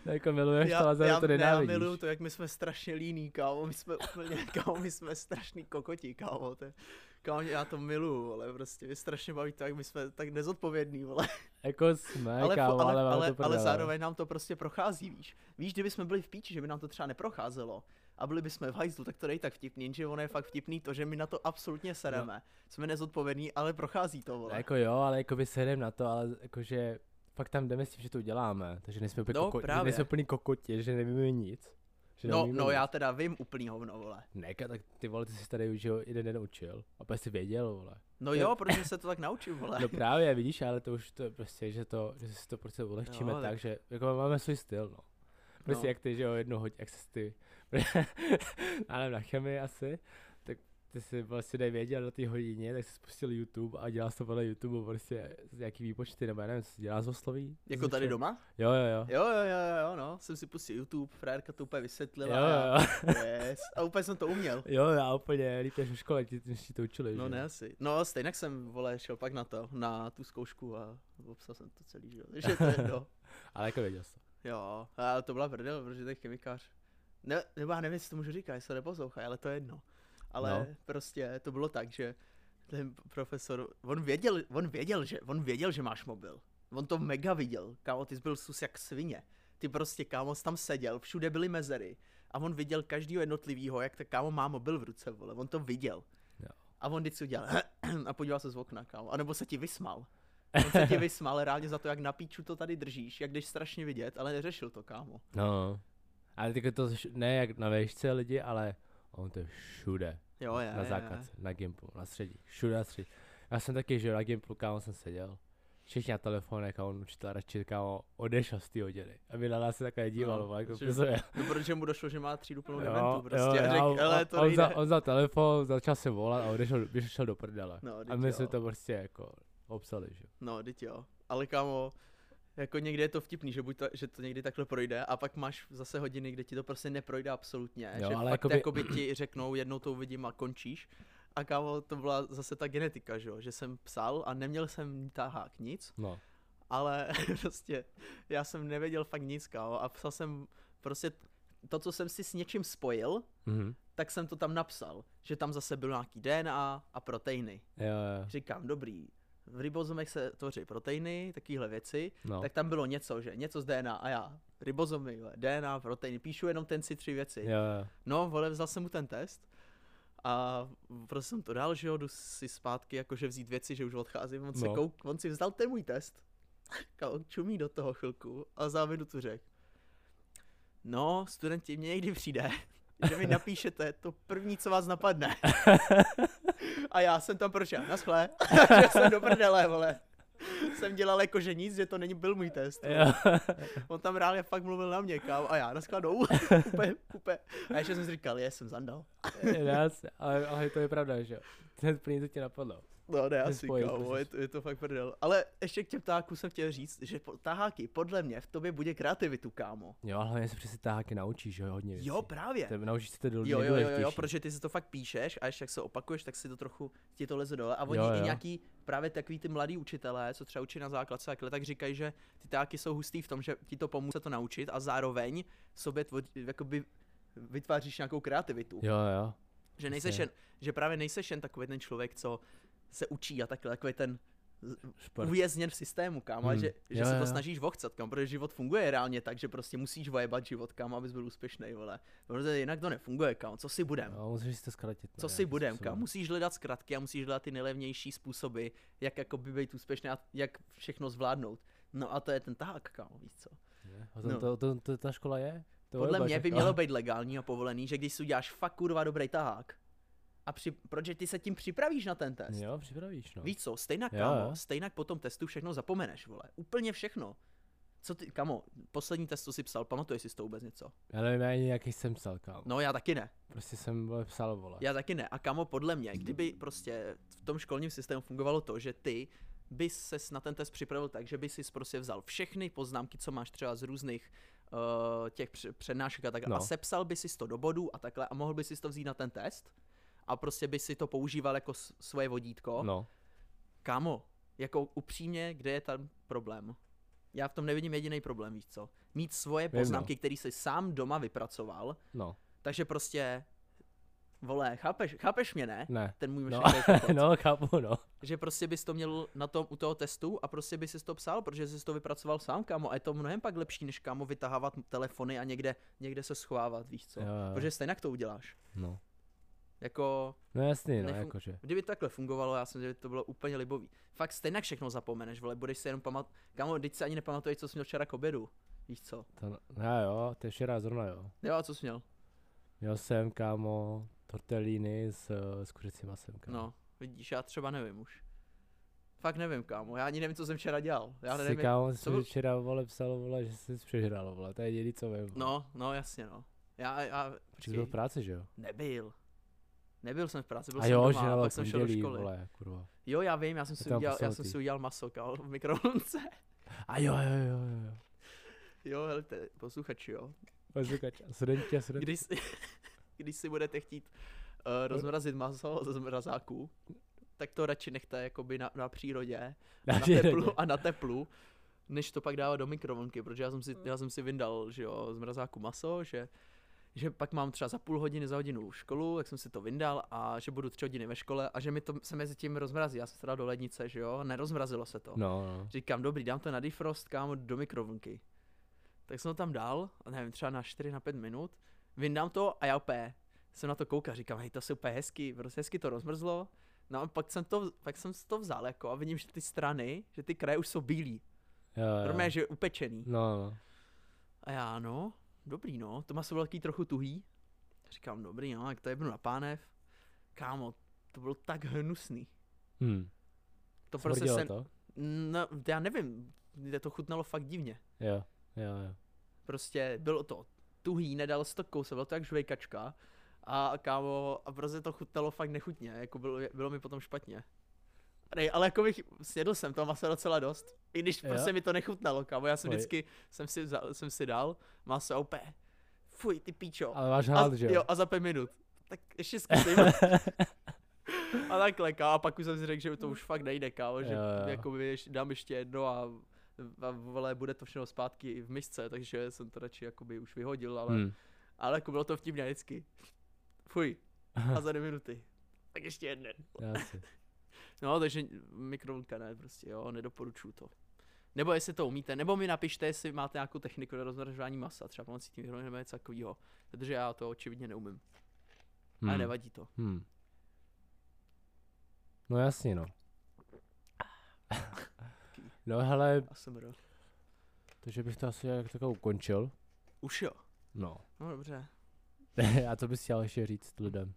Speaker 1: jako miluješ to,
Speaker 2: já,
Speaker 1: ale
Speaker 2: já,
Speaker 1: zároveň to
Speaker 2: ne, já
Speaker 1: nenávidíš.
Speaker 2: miluju to, jak my jsme strašně líní, kámo. My jsme úplně, kámo, my jsme strašný kokoti, kámo. To je, kámo, já to miluju, ale prostě mě strašně baví to, jak my jsme tak nezodpovědní, vole.
Speaker 1: Jako jsme,
Speaker 2: ale,
Speaker 1: kámo,
Speaker 2: po- ale,
Speaker 1: máme
Speaker 2: ale,
Speaker 1: to
Speaker 2: ale
Speaker 1: prdele.
Speaker 2: zároveň nám to prostě prochází, víš. Víš, kdyby jsme byli v píči, že by nám to třeba neprocházelo a byli bychom v hajzlu, tak to dej tak vtipný, že ono je fakt vtipný to, že my na to absolutně sereme. Jsme nezodpovědní, ale prochází to, vole.
Speaker 1: No. Jako jo, ale jako by se jdem na to, ale jakože fakt tam jdeme s tím, že to uděláme. Takže nejsme úplně,
Speaker 2: No,
Speaker 1: koko- že
Speaker 2: právě.
Speaker 1: nejsme úplně kokotě, že nevíme nic. Že
Speaker 2: no,
Speaker 1: neumíme
Speaker 2: no,
Speaker 1: nic.
Speaker 2: já teda vím úplný hovno, vole.
Speaker 1: Ne, ka- tak ty vole, ty jsi tady už jo, jeden den učil. A pak jsi věděl, vole.
Speaker 2: No
Speaker 1: Jo.
Speaker 2: jo, protože se to tak naučím, vole.
Speaker 1: No právě, vidíš, ale to už to je prostě, že to, že si to prostě ulehčíme
Speaker 2: Jo,
Speaker 1: tak,
Speaker 2: No, tak-
Speaker 1: že jako máme svůj styl, no. Prostě
Speaker 2: No.
Speaker 1: jak ty, že jo, jednu hodinu, jak jsi ty, já nevím, na chemii asi, tak ty si vlastně nevěděl na té hodině, tak jsi spustil YouTube a dělal jsi to podle YouTube prostě nějaký výpočty, nebo já nevím, co jsi dělal z osloví?
Speaker 2: Jako tady doma?
Speaker 1: Jo, jo, jo.
Speaker 2: Jo, jo, jo, jo, no. Jsem si pustil YouTube, frajerka to úplně
Speaker 1: Jo,
Speaker 2: vysvětlila.
Speaker 1: jo,
Speaker 2: a-
Speaker 1: jo.
Speaker 2: Yes. A úplně jsem to uměl.
Speaker 1: Jo, já úplně, líp než ve škole, ti, než ti to učili,
Speaker 2: No
Speaker 1: že?
Speaker 2: ne asi. No stejně jsem, vole, šel pak na to, na tu zkoušku a obsal jsem to celý, že jo. Takže to je no. jedno.
Speaker 1: Ale jako věděl jsi. to.
Speaker 2: Jo, ale to byla prdel, protože to je chemikář. Ne, nebo já nevím, jestli to můžu říkat, jestli to neposlouchá, ale to je jedno. Ale
Speaker 1: No.
Speaker 2: no. prostě to bylo tak, že ten profesor, on věděl, on věděl, že, on věděl, že máš mobil. On to mega viděl, kámo, ty jsi byl sus jak svině. Ty prostě, kámo, jsi tam seděl, všude byly mezery. A on viděl každýho jednotlivýho, jak ta kámo má mobil v ruce, vole, on to viděl.
Speaker 1: Jo.
Speaker 2: A on vždycky udělal a podíval se z okna, kámo, anebo se ti vysmal. On se ti vysmál reálně za to, jak na píču to tady držíš, jak jdeš strašně vidět, ale neřešil to, kámo.
Speaker 1: No. Ale jako to, š- ne jak na vejšce lidi, ale on to je všude.
Speaker 2: Jo, je,
Speaker 1: na
Speaker 2: je,
Speaker 1: základce, na Gimplu, na střední, všude na střední. Já jsem taky, že jo, na Gimplu, kámo, jsem seděl. Všichni na telefonech a on učitel radši, kámo, odešel z té hodiny. Aby na nás se takhle díval,
Speaker 2: No,
Speaker 1: no, jako
Speaker 2: protože-
Speaker 1: protože...
Speaker 2: je. No, protože mu došlo, že má třídu plnou
Speaker 1: Jo,
Speaker 2: dementů
Speaker 1: jo,
Speaker 2: prostě.
Speaker 1: jo,
Speaker 2: a řekl,
Speaker 1: a-
Speaker 2: ale to
Speaker 1: on, za,
Speaker 2: nejde.
Speaker 1: on za telefon, začal se volat a odešel, vyšel do prdele.
Speaker 2: No,
Speaker 1: a
Speaker 2: teď
Speaker 1: my
Speaker 2: jo.
Speaker 1: jsme to prostě jako obsali, že jo.
Speaker 2: No, teď jo. Ale kámo, jako někdy je to vtipný, že, buď to, že to někdy takhle projde a pak máš zase hodiny, kde ti to prostě neprojde absolutně.
Speaker 1: Jo,
Speaker 2: že
Speaker 1: ale
Speaker 2: fakt
Speaker 1: jakoby-
Speaker 2: jakoby... jakoby ti řeknou, jednou to uvidím a končíš. A kámo, to byla zase ta genetika, že jo, že jsem psal a neměl jsem tahák, nic.
Speaker 1: No,
Speaker 2: ale prostě já jsem nevěděl fakt nic, kámo, a psal jsem prostě t- to, co jsem si s něčím spojil,
Speaker 1: mhm.
Speaker 2: tak jsem to tam napsal, že tam zase byl nějaký DNA a proteiny.
Speaker 1: Jo, jo,
Speaker 2: Říkám, dobrý, v ribozomech se tvoří proteiny, takovéhle věci,
Speaker 1: no.
Speaker 2: no. tak tam bylo něco, že něco z DNA a já, ribozomy, vole, DNA, proteiny, píšu jenom ten si tři věci.
Speaker 1: jo, jo.
Speaker 2: No, vole, vzal jsem mu ten test a prostě jsem to dal, že jo, jdu si zpátky jakože vzít věci, že už odcházím, on, no. se
Speaker 1: No.
Speaker 2: kouk, on si vzal ten můj test, Kámo, čumí do toho chvilku a za minutu řekl, no, studenti, mě někdy přijde, že mi napíšete to první, co vás napadne. A já jsem tam prošel, naschle, že jsem do prdele, vole. Jsem dělal jako, že nic, že to není byl můj test. vole.
Speaker 1: Jo.
Speaker 2: On tam reálně fakt mluvil na mě, kámo, a já na skladou, úplně, úplně. A ještě jsem si říkal, je, jsem zandal.
Speaker 1: Nás, ale, ale to je pravda, že jo. Ten plný to tě napadlo.
Speaker 2: No ne, asi,
Speaker 1: spojil,
Speaker 2: kámo,
Speaker 1: prostě.
Speaker 2: je to, je to fakt prdel. Ale ještě k těm ptákům jsem chtěl říct, že po, taháky, podle mě, v tobě bude kreativitu, kámo.
Speaker 1: Jo, ale hlavně se přesně táháky naučíš, že jo, hodně věcí.
Speaker 2: Jo, právě.
Speaker 1: Tebe naučíš se to do
Speaker 2: Jo, jo, jo, jo, jo, protože ty si to fakt píšeš a ještě jak se opakuješ, tak si to trochu, ti to leze dole. A oni
Speaker 1: Jo,
Speaker 2: jo, jo.
Speaker 1: jo.
Speaker 2: i nějaký právě takový ty mladí učitelé, co třeba učí na základce, takhle, tak říkají, že ty táky jsou hustý v tom, že ti to pomůže se to naučit a zároveň sobě tvo, jakoby vytváříš nějakou kreativitu.
Speaker 1: Jo, jo.
Speaker 2: Že nejseš
Speaker 1: Jasně.
Speaker 2: jen, že právě nejseš jen takový ten člověk, co se učí a takhle, takový ten z-
Speaker 1: Šport.
Speaker 2: uvězněn v systému, kámo,
Speaker 1: Hmm.
Speaker 2: hmm. že, že
Speaker 1: Jo,
Speaker 2: se
Speaker 1: jo,
Speaker 2: to
Speaker 1: jo.
Speaker 2: snažíš vochcat, kámo, protože život funguje reálně tak, že prostě musíš vojebat život, kámo, abys byl úspěšný, vole. Protože jinak to nefunguje, kámo, co si budem.
Speaker 1: No, musíš si to zkratit. no,
Speaker 2: Co si
Speaker 1: nějakým
Speaker 2: budem,
Speaker 1: způsobem.
Speaker 2: kámo, musíš hledat zkratky a musíš hledat ty nejlevnější způsoby, jak jako by být úspěšný a jak všechno zvládnout. No a to je ten tahák, kámo, víš co.
Speaker 1: Ne? A to, no.
Speaker 2: No.
Speaker 1: to, to, to, ta škola je? To
Speaker 2: Podle
Speaker 1: je
Speaker 2: mě by
Speaker 1: všechno.
Speaker 2: mělo být legální a povolený, že když si uděláš fakt kurva dobrý tahák, A při, protože ty se tím připravíš na ten test.
Speaker 1: Jo, připravíš, no.
Speaker 2: Víš co, stejnak,
Speaker 1: Jo,
Speaker 2: kámo,
Speaker 1: jo.
Speaker 2: stejnak po tom testu všechno zapomeneš, vole. Úplně všechno. Co ty, kamo, poslední test, co jsi psal, pamatuješ si z toho vůbec něco?
Speaker 1: Já nevím ani, jaký jsem psal, kámo.
Speaker 2: No já taky ne,
Speaker 1: Prostě jsem vole, psal, vole.
Speaker 2: já taky ne. A kamo, podle mě, kdyby prostě v tom školním systému fungovalo to, že ty bys ses na ten test připravil tak, že bys si prostě vzal všechny poznámky, co máš třeba z různých uh, těch př- přednášek a tak no.
Speaker 1: No.
Speaker 2: a sepsal bys si to do bodu a takhle a mohl bys si to vzít na ten test a prostě bys si to používal jako s- svoje vodítko.
Speaker 1: No.
Speaker 2: Kámo, jako upřímně, kde je tam problém? Já v tom nevidím jediný problém, víš co? Mít svoje
Speaker 1: Vím, no.
Speaker 2: poznámky, které jsi sám doma vypracoval,
Speaker 1: No.
Speaker 2: takže prostě, vole, chápeš, chápeš mě, ne?
Speaker 1: Ne.
Speaker 2: Ten můj
Speaker 1: No.
Speaker 2: myšlenkový pochod.
Speaker 1: no, chápu, no.
Speaker 2: Že prostě bys to měl na tom, u toho testu a prostě bys si to psal, protože jsi to vypracoval sám, kámo. A je to mnohem pak lepší, než kámo vytahávat telefony a někde, někde se schovávat, víš co?
Speaker 1: Jo, jo.
Speaker 2: Protože stejně to uděláš.
Speaker 1: No.
Speaker 2: Jako,
Speaker 1: No jasný, no,
Speaker 2: Nefun-
Speaker 1: jakože.
Speaker 2: Kdyby takhle fungovalo, já jsem, že by to bylo úplně libový. Fakt stejně všechno zapomeneš, vole, budeš se jenom pamat... Kamo, teď se ani nepamatuješ, co jsi měl včera k obědu. Víš co?
Speaker 1: To, no jo, to je včera zrovna, jo.
Speaker 2: Jo, a co jsi měl?
Speaker 1: Měl jsem, kámo, tortellini s, eh, s kuřecím masem, kámo.
Speaker 2: No, vidíš, já třeba nevím už. Fakt nevím, kámo, já ani nevím, co jsem včera dělal. Já
Speaker 1: Jsi,
Speaker 2: nevím, jak...
Speaker 1: kámo,
Speaker 2: co
Speaker 1: jsi
Speaker 2: byl-
Speaker 1: mi včera, vole, psal, vole, že jsi přežral, vole, to je jediný, co vím. vole.
Speaker 2: No, no, jasně, no. Já, já,
Speaker 1: Jsi byl
Speaker 2: počkej,
Speaker 1: v práci, že jo?
Speaker 2: nebyl. Nebyl jsem v práci, byl
Speaker 1: A
Speaker 2: jsem
Speaker 1: jo, že
Speaker 2: doma,
Speaker 1: ale
Speaker 2: pak jsem šel do
Speaker 1: pondělí,
Speaker 2: školy.
Speaker 1: vole, kurva.
Speaker 2: Jo, já vím, já jsem,
Speaker 1: Je
Speaker 2: si
Speaker 1: tam
Speaker 2: udělal, já
Speaker 1: poslal
Speaker 2: jsem
Speaker 1: ty.
Speaker 2: si udělal maso, kámo, v mikrovlnce.
Speaker 1: A jo, jo, jo, jo, jo.
Speaker 2: Jo, hele, posluchači, jo.
Speaker 1: Posluchač, a studenti a studenti.
Speaker 2: Když si, když si budete chtít uh, rozmrazit maso ze zmrazáku, tak to radši nechte jakoby na, na přírodě, na, na teplu a na teplu, než to pak dávat do mikrovlnky, protože já jsem si, já jsem si vyndal, že jo, z mrazáku maso, že že pak mám třeba za půl hodiny, za hodinu školu, jak jsem si to vyndal a že budu tři hodiny ve škole a že mi to se mezi tím rozmrazí. Já jsem to dal do lednice, že jo, nerozmrazilo se to.
Speaker 1: No, no.
Speaker 2: Říkám, dobrý, dám to na defrost, kámo, do mikrovlnky. Tak jsem to tam dal, a nevím, třeba na 4 na 5 minut, vyndám to a já úplně jsem na to koukal, říkám, hej, to se úplně hezky, prostě hezky to rozmrzlo. No a pak jsem to, pak jsem si to vzal jako a vidím, že ty strany, že ty kraje už jsou bílí,
Speaker 1: Jo, jo.
Speaker 2: normálně, že upečený.
Speaker 1: No, no.
Speaker 2: A já, no, dobrý no, to maso bylo taky trochu tuhý. Říkám, dobrý no, jak to jebnu na pánev. Kámo, to bylo tak hnusný.
Speaker 1: Hm.
Speaker 2: To prostě
Speaker 1: Smrdilo
Speaker 2: se,
Speaker 1: to?
Speaker 2: no, já nevím, mě to chutnalo fakt divně.
Speaker 1: Jo, jo, jo.
Speaker 2: prostě bylo to tuhý, nedal se to kousek, bylo to jak žvejkačka. A kámo, a prostě to chutnalo fakt nechutně, jako bylo, bylo mi potom špatně. Nej, ale jako bych, snědl jsem to maso docela dost, i když
Speaker 1: Jo?
Speaker 2: prostě mi to nechutnalo, kámo, já jsem
Speaker 1: Oj.
Speaker 2: vždycky, jsem si, vzal, jsem si dal maso a úplně, fuj, ty píčo.
Speaker 1: Ale máš
Speaker 2: a,
Speaker 1: hlad, že
Speaker 2: jo?
Speaker 1: jo?
Speaker 2: a za pět minut, tak ještě zkusím. a takhle, kámo, a pak už jsem si řekl, že to už fakt nejde, kámo, že
Speaker 1: Jo, jo.
Speaker 2: jakoby ještě- dám ještě jedno a a vole, bude to všechno zpátky i v misce, takže jsem to radši jakoby už vyhodil, ale, hmm.
Speaker 1: Hm.
Speaker 2: ale jako bylo to vtipně vždycky. Fuj, a za dvě minuty. Tak ještě jeden.
Speaker 1: Jasně.
Speaker 2: No, takže mikrovlnka ne, prostě jo, nedoporučuju to. Nebo jestli to umíte, nebo mi napište, jestli máte nějakou techniku na rozmražování masa, třeba pomocí tím hromadem nebo něco takového, protože já to očividně neumím, hmm. ale
Speaker 1: Hm.
Speaker 2: nevadí to.
Speaker 1: Hm. No jasně, no. No hele,
Speaker 2: A jsem rod.
Speaker 1: takže bych to asi jak takovou ukončil.
Speaker 2: Už jo.
Speaker 1: No.
Speaker 2: No dobře.
Speaker 1: A co bys chtěl ještě říct lidem?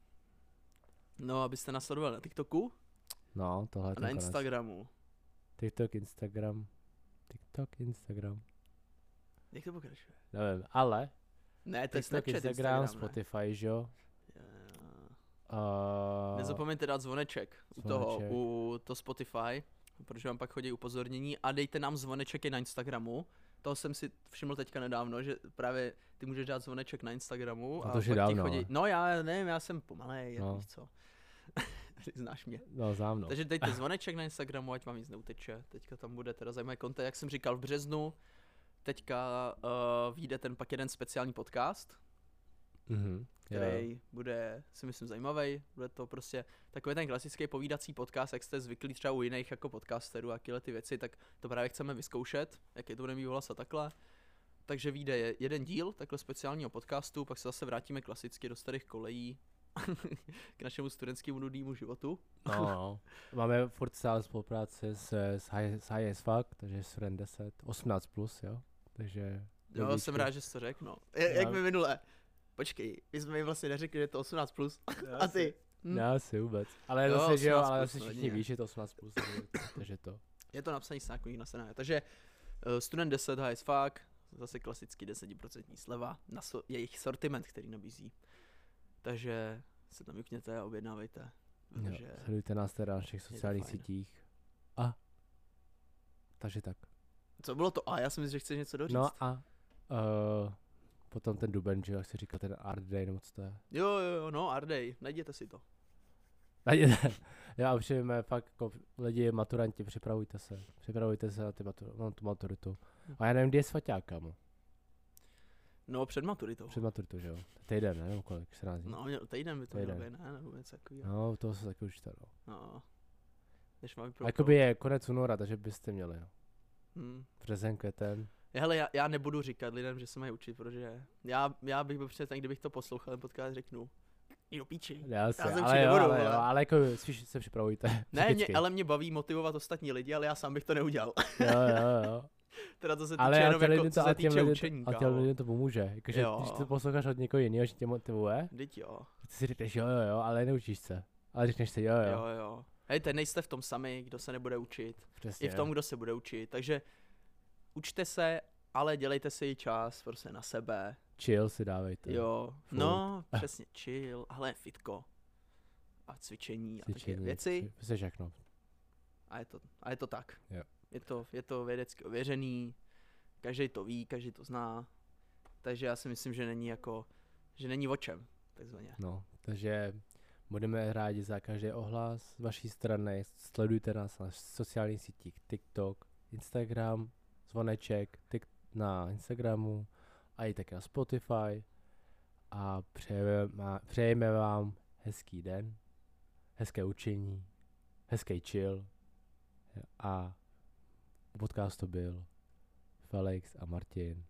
Speaker 2: No, abyste nás sledovali na TikToku
Speaker 1: No, tohle je
Speaker 2: a
Speaker 1: ten
Speaker 2: na
Speaker 1: konec.
Speaker 2: Instagramu.
Speaker 1: TikTok, Instagram. TikTok, Instagram.
Speaker 2: Jak to pokračuje?
Speaker 1: Nevím, ale
Speaker 2: Ne, to je
Speaker 1: TikTok,
Speaker 2: Snapchat,
Speaker 1: Instagram,
Speaker 2: Instagram, ne?
Speaker 1: Spotify, že jo?
Speaker 2: Jo.
Speaker 1: A-
Speaker 2: Nezapomeňte dát zvoneček, u toho,
Speaker 1: Zvoneček.
Speaker 2: u to Spotify, protože vám pak chodí upozornění a dejte nám zvoneček i na Instagramu. To jsem si všiml teďka nedávno, že právě ty můžeš dát zvoneček na Instagramu
Speaker 1: A
Speaker 2: a,
Speaker 1: to už je
Speaker 2: pak ti
Speaker 1: dávno,
Speaker 2: chodí.
Speaker 1: ale.
Speaker 2: No já nevím, já jsem pomalej, no.
Speaker 1: No.
Speaker 2: víš co. Ty Znáš mě.
Speaker 1: No, znám, no.
Speaker 2: Takže dejte zvoneček na Instagramu, ať vám nic neuteče. Teďka tam bude teda zajímavý kontent, jak jsem říkal v březnu. Teďka uh, vyjde ten pak jeden speciální podcast,
Speaker 1: Mhm. Jo, jo.
Speaker 2: který bude, si myslím, zajímavý. Bude to prostě takový ten klasický povídací podcast, jak jste zvyklí třeba u jiných jako podcasterů a tyhle ty věci, tak to právě chceme vyzkoušet, jaký to bude mít hlas a takhle. Takže vyjde je- jeden díl takhle speciálního podcastu, pak se zase vrátíme klasicky do starých kolejí k našemu studentskému nudnému životu.
Speaker 1: No, no. Máme furt stále spolupráci s, s, high, s high as fuck, takže s Ren 10, 18 plus, jo? Takže
Speaker 2: Jo,
Speaker 1: Dobrý,
Speaker 2: jsem
Speaker 1: čau.
Speaker 2: rád, že jsi to řekl, no. Je- Jak
Speaker 1: Já-
Speaker 2: mi minule. Počkej, my jsme jim vlastně neřekli, že je to 18+, plus. a ty, Hm.
Speaker 1: Ne, asi vůbec. Ale
Speaker 2: Jo,
Speaker 1: zase, že jo,
Speaker 2: 18
Speaker 1: ale
Speaker 2: plus,
Speaker 1: zase
Speaker 2: no,
Speaker 1: všichni
Speaker 2: jedině.
Speaker 1: ví, že je to 18 plus, takže- takže to.
Speaker 2: Je to napsaný na knih na scénáře. Takže eh, student 10 high as fuck, zase klasický 10% sleva na so, jejich sortiment, který nabízí. Takže se tam mukněte a objednávejte.
Speaker 1: Jo,
Speaker 2: Protože
Speaker 1: sledujte nás teda na všech
Speaker 2: to
Speaker 1: sociálních
Speaker 2: fajn.
Speaker 1: sítích. A. Takže tak.
Speaker 2: Co bylo to A? Já jsem myslel, že chceš něco doříct. No.
Speaker 1: No a uh, potom ten Duben, že jo, jak se říká ten Art Day, nebo co to je.
Speaker 2: Jo, jo, jo, no, Ardej, najděte si to.
Speaker 1: Najděte. jo, a přijeme fakt jako lidi, maturanti, připravujte se. Připravujte se na, ty matur, na tu maturitu. A já nevím, kdy je svaťák, kámo.
Speaker 2: No, před maturitou.
Speaker 1: Před maturitu, že jo. Týden, ne? Nebo kolik? 14 dní.
Speaker 2: No, měl- týden by to mělo
Speaker 1: Týden.
Speaker 2: být, ne? Nebo něco takového.
Speaker 1: No, toho se taky učíte, no.
Speaker 2: No. Než mám
Speaker 1: A jakoby je konec února, takže byste měli, no.
Speaker 2: Hmm.
Speaker 1: Březen, květen.
Speaker 2: Hele, já, já, nebudu říkat lidem, že se mají učit, protože já, já bych byl přesně ten, kdybych to poslouchal, ten podcast řeknu. I do píči.
Speaker 1: Já se,
Speaker 2: jsem
Speaker 1: ale,
Speaker 2: přijde
Speaker 1: jo,
Speaker 2: budu,
Speaker 1: ale, jo,
Speaker 2: vole.
Speaker 1: ale jako spíš se připravujte.
Speaker 2: Ne, mě,
Speaker 1: psychicky.
Speaker 2: ale mě baví motivovat ostatní lidi, ale já sám bych to neudělal.
Speaker 1: Jo, jo, jo.
Speaker 2: teda to se týče
Speaker 1: Ale
Speaker 2: ale jenom
Speaker 1: těm
Speaker 2: jako,
Speaker 1: lidem
Speaker 2: co
Speaker 1: a
Speaker 2: se
Speaker 1: těm
Speaker 2: týče
Speaker 1: lidem-
Speaker 2: učení,
Speaker 1: A těm
Speaker 2: kámo.
Speaker 1: lidem to pomůže. Jakože,
Speaker 2: Jo.
Speaker 1: když to posloucháš od někoho jiného, že tě motivuje,
Speaker 2: Vždyť jo,
Speaker 1: ty si řekneš jo, jo, jo, ale neučíš se. Ale řekneš si jo, jo,
Speaker 2: jo, jo. Hejte, nejste v tom sami, kdo se nebude učit.
Speaker 1: přesně.
Speaker 2: I v tom, kdo se bude učit. Takže učte se, ale dělejte si i čas prostě na sebe.
Speaker 1: Chill si dávejte.
Speaker 2: Jo,
Speaker 1: Furt.
Speaker 2: no, přesně, chill, ale fitko. A cvičení, a
Speaker 1: Cvičení,
Speaker 2: takové věci.
Speaker 1: vše- Prostě všechno.
Speaker 2: A je to, a je to tak.
Speaker 1: Jo.
Speaker 2: Je, to, je to vědecky ověřený, každý to ví, každý to zná. Takže já si myslím, že není jako, že není o čem, takzvaně.
Speaker 1: No, takže budeme rádi za každý ohlas z vaší strany. Sledujte nás na sociálních sítích TikTok, Instagram, zvoneček tik na Instagramu a i také na Spotify. A přejeme, má- přejeme vám hezký den, hezké učení, hezký chill. A u podcastu byl Felix a Martin.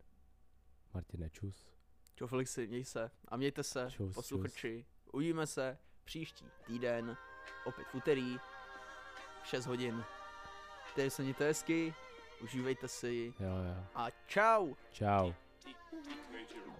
Speaker 1: Martin Nečus.
Speaker 2: Čau Felixi, měj se a mějte se,
Speaker 1: Čus, čus.
Speaker 2: posluchači. Uvidíme se příští týden, opět v úterý, v 6 hodin. Tady se mějte hezky, užívejte si
Speaker 1: Jo, jo.
Speaker 2: a čau!
Speaker 1: Čau.
Speaker 3: Major